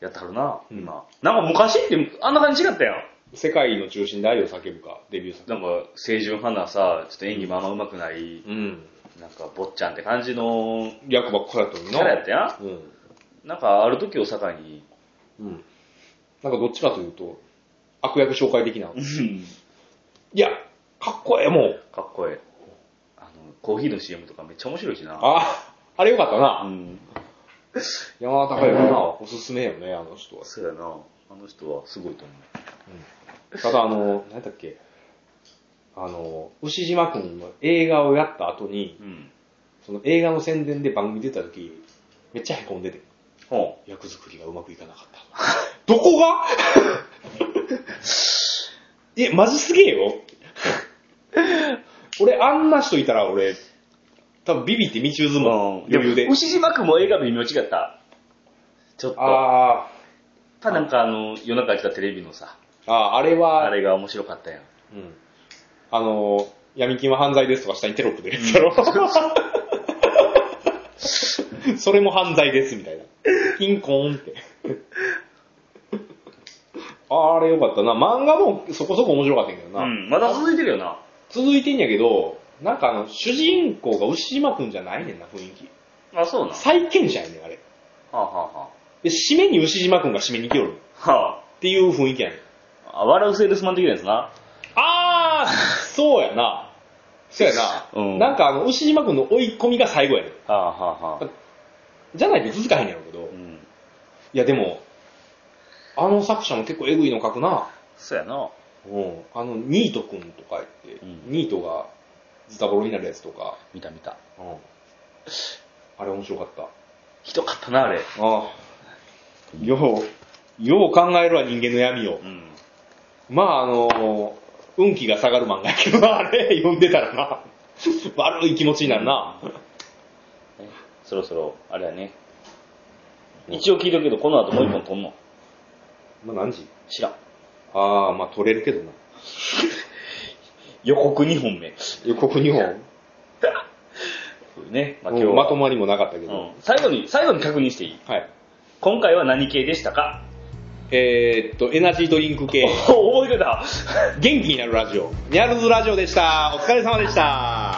やってはるな、
うん
今。なんか昔ってあんな感じ違ったやん。
世界の中心で愛を叫ぶか、デビュー作。
なんか、清純派なさ、ちょっと演技もあんま上手くない、
うん。
なんか坊っちゃんって感じの
役ばっかりやったのに
キ
な。
ャラやったやん
うん。
なんかある時を境に、
うん。なんかどっちかというと、悪役紹介的な。いや、かっこええもん。
かっこええあのコーヒーの CM とかめっちゃ面白いしな
あ、あれよかったな。
うん
山田孝之な、おすすめよね、あの人は。
そうやなあの人はすごいと思
ただ、あの、何だっけ、あの、牛島くんの映画をやった後に、
ううん
その映画の宣伝で番組出た時、めっちゃへこんでて、
ほ
役作りがうまくいかなかった。どこが え、マジすげえよ。俺、あんな人いたら俺、多分ビビって道渦
う
もん、余裕で。
牛島君も映画の意味は違ったちょっと
あ
ただなんかあの夜中やってたテレビのさ
ーあー、あれは、
あれが面白かったやん
うん。あの、闇金は犯罪ですとか下にテロップ出るやつだろ。 それも犯罪ですみたいな。ピンコーン って。あれよかったな。漫画もそこそこ面白かったんやけどな。
うんまだ続いてるよな
続いてんやけど、なんかあの、主人公が牛島くんじゃないねんな、雰囲気。
あそうなんは
再建者やねん、あれ。
あは
で、締めに牛島くんが締めに来よるっ
あはあは
ていう雰囲気やねん。
ああ笑うセールスマン的なやつな
あー、そうやな。そうやな。
うん
なんかあの、牛島くんの追い込みが最後やねん。
はあはあはあ
じゃないと続かへんやろうけど。
う
い
ん
や、でも、あの作者も結構エグいの書くな。
そうやな
うん。あの、ニートくんとか言って、
うん
ニートがズタボロになるやつとか。
見た見た
うん。あれ面白かった。あ
ひどかったなあれ
あ。よう、よう考えるわ人間の闇を
う。ん
まあ、あの、運気が下がる漫画やけどな、あれ、読んでたらな。悪い気持ちになるな。
ねそろそろあれやね
うん
一応聞いとくけどこの後もう一本撮んの
まあ、何時
知らん
ああ、まあ、取れるけどな。
予告2本目
予告2本。
ねまあ
うん
今日は
まとまりもなかったけど。
うん最後に最後に確認していい
はい。
今回は何系でしたか
えーっと、エナジードリンク 系、
お覚えてた
元気になるラジオ、ニャルズラジオでした。お疲れ様でした。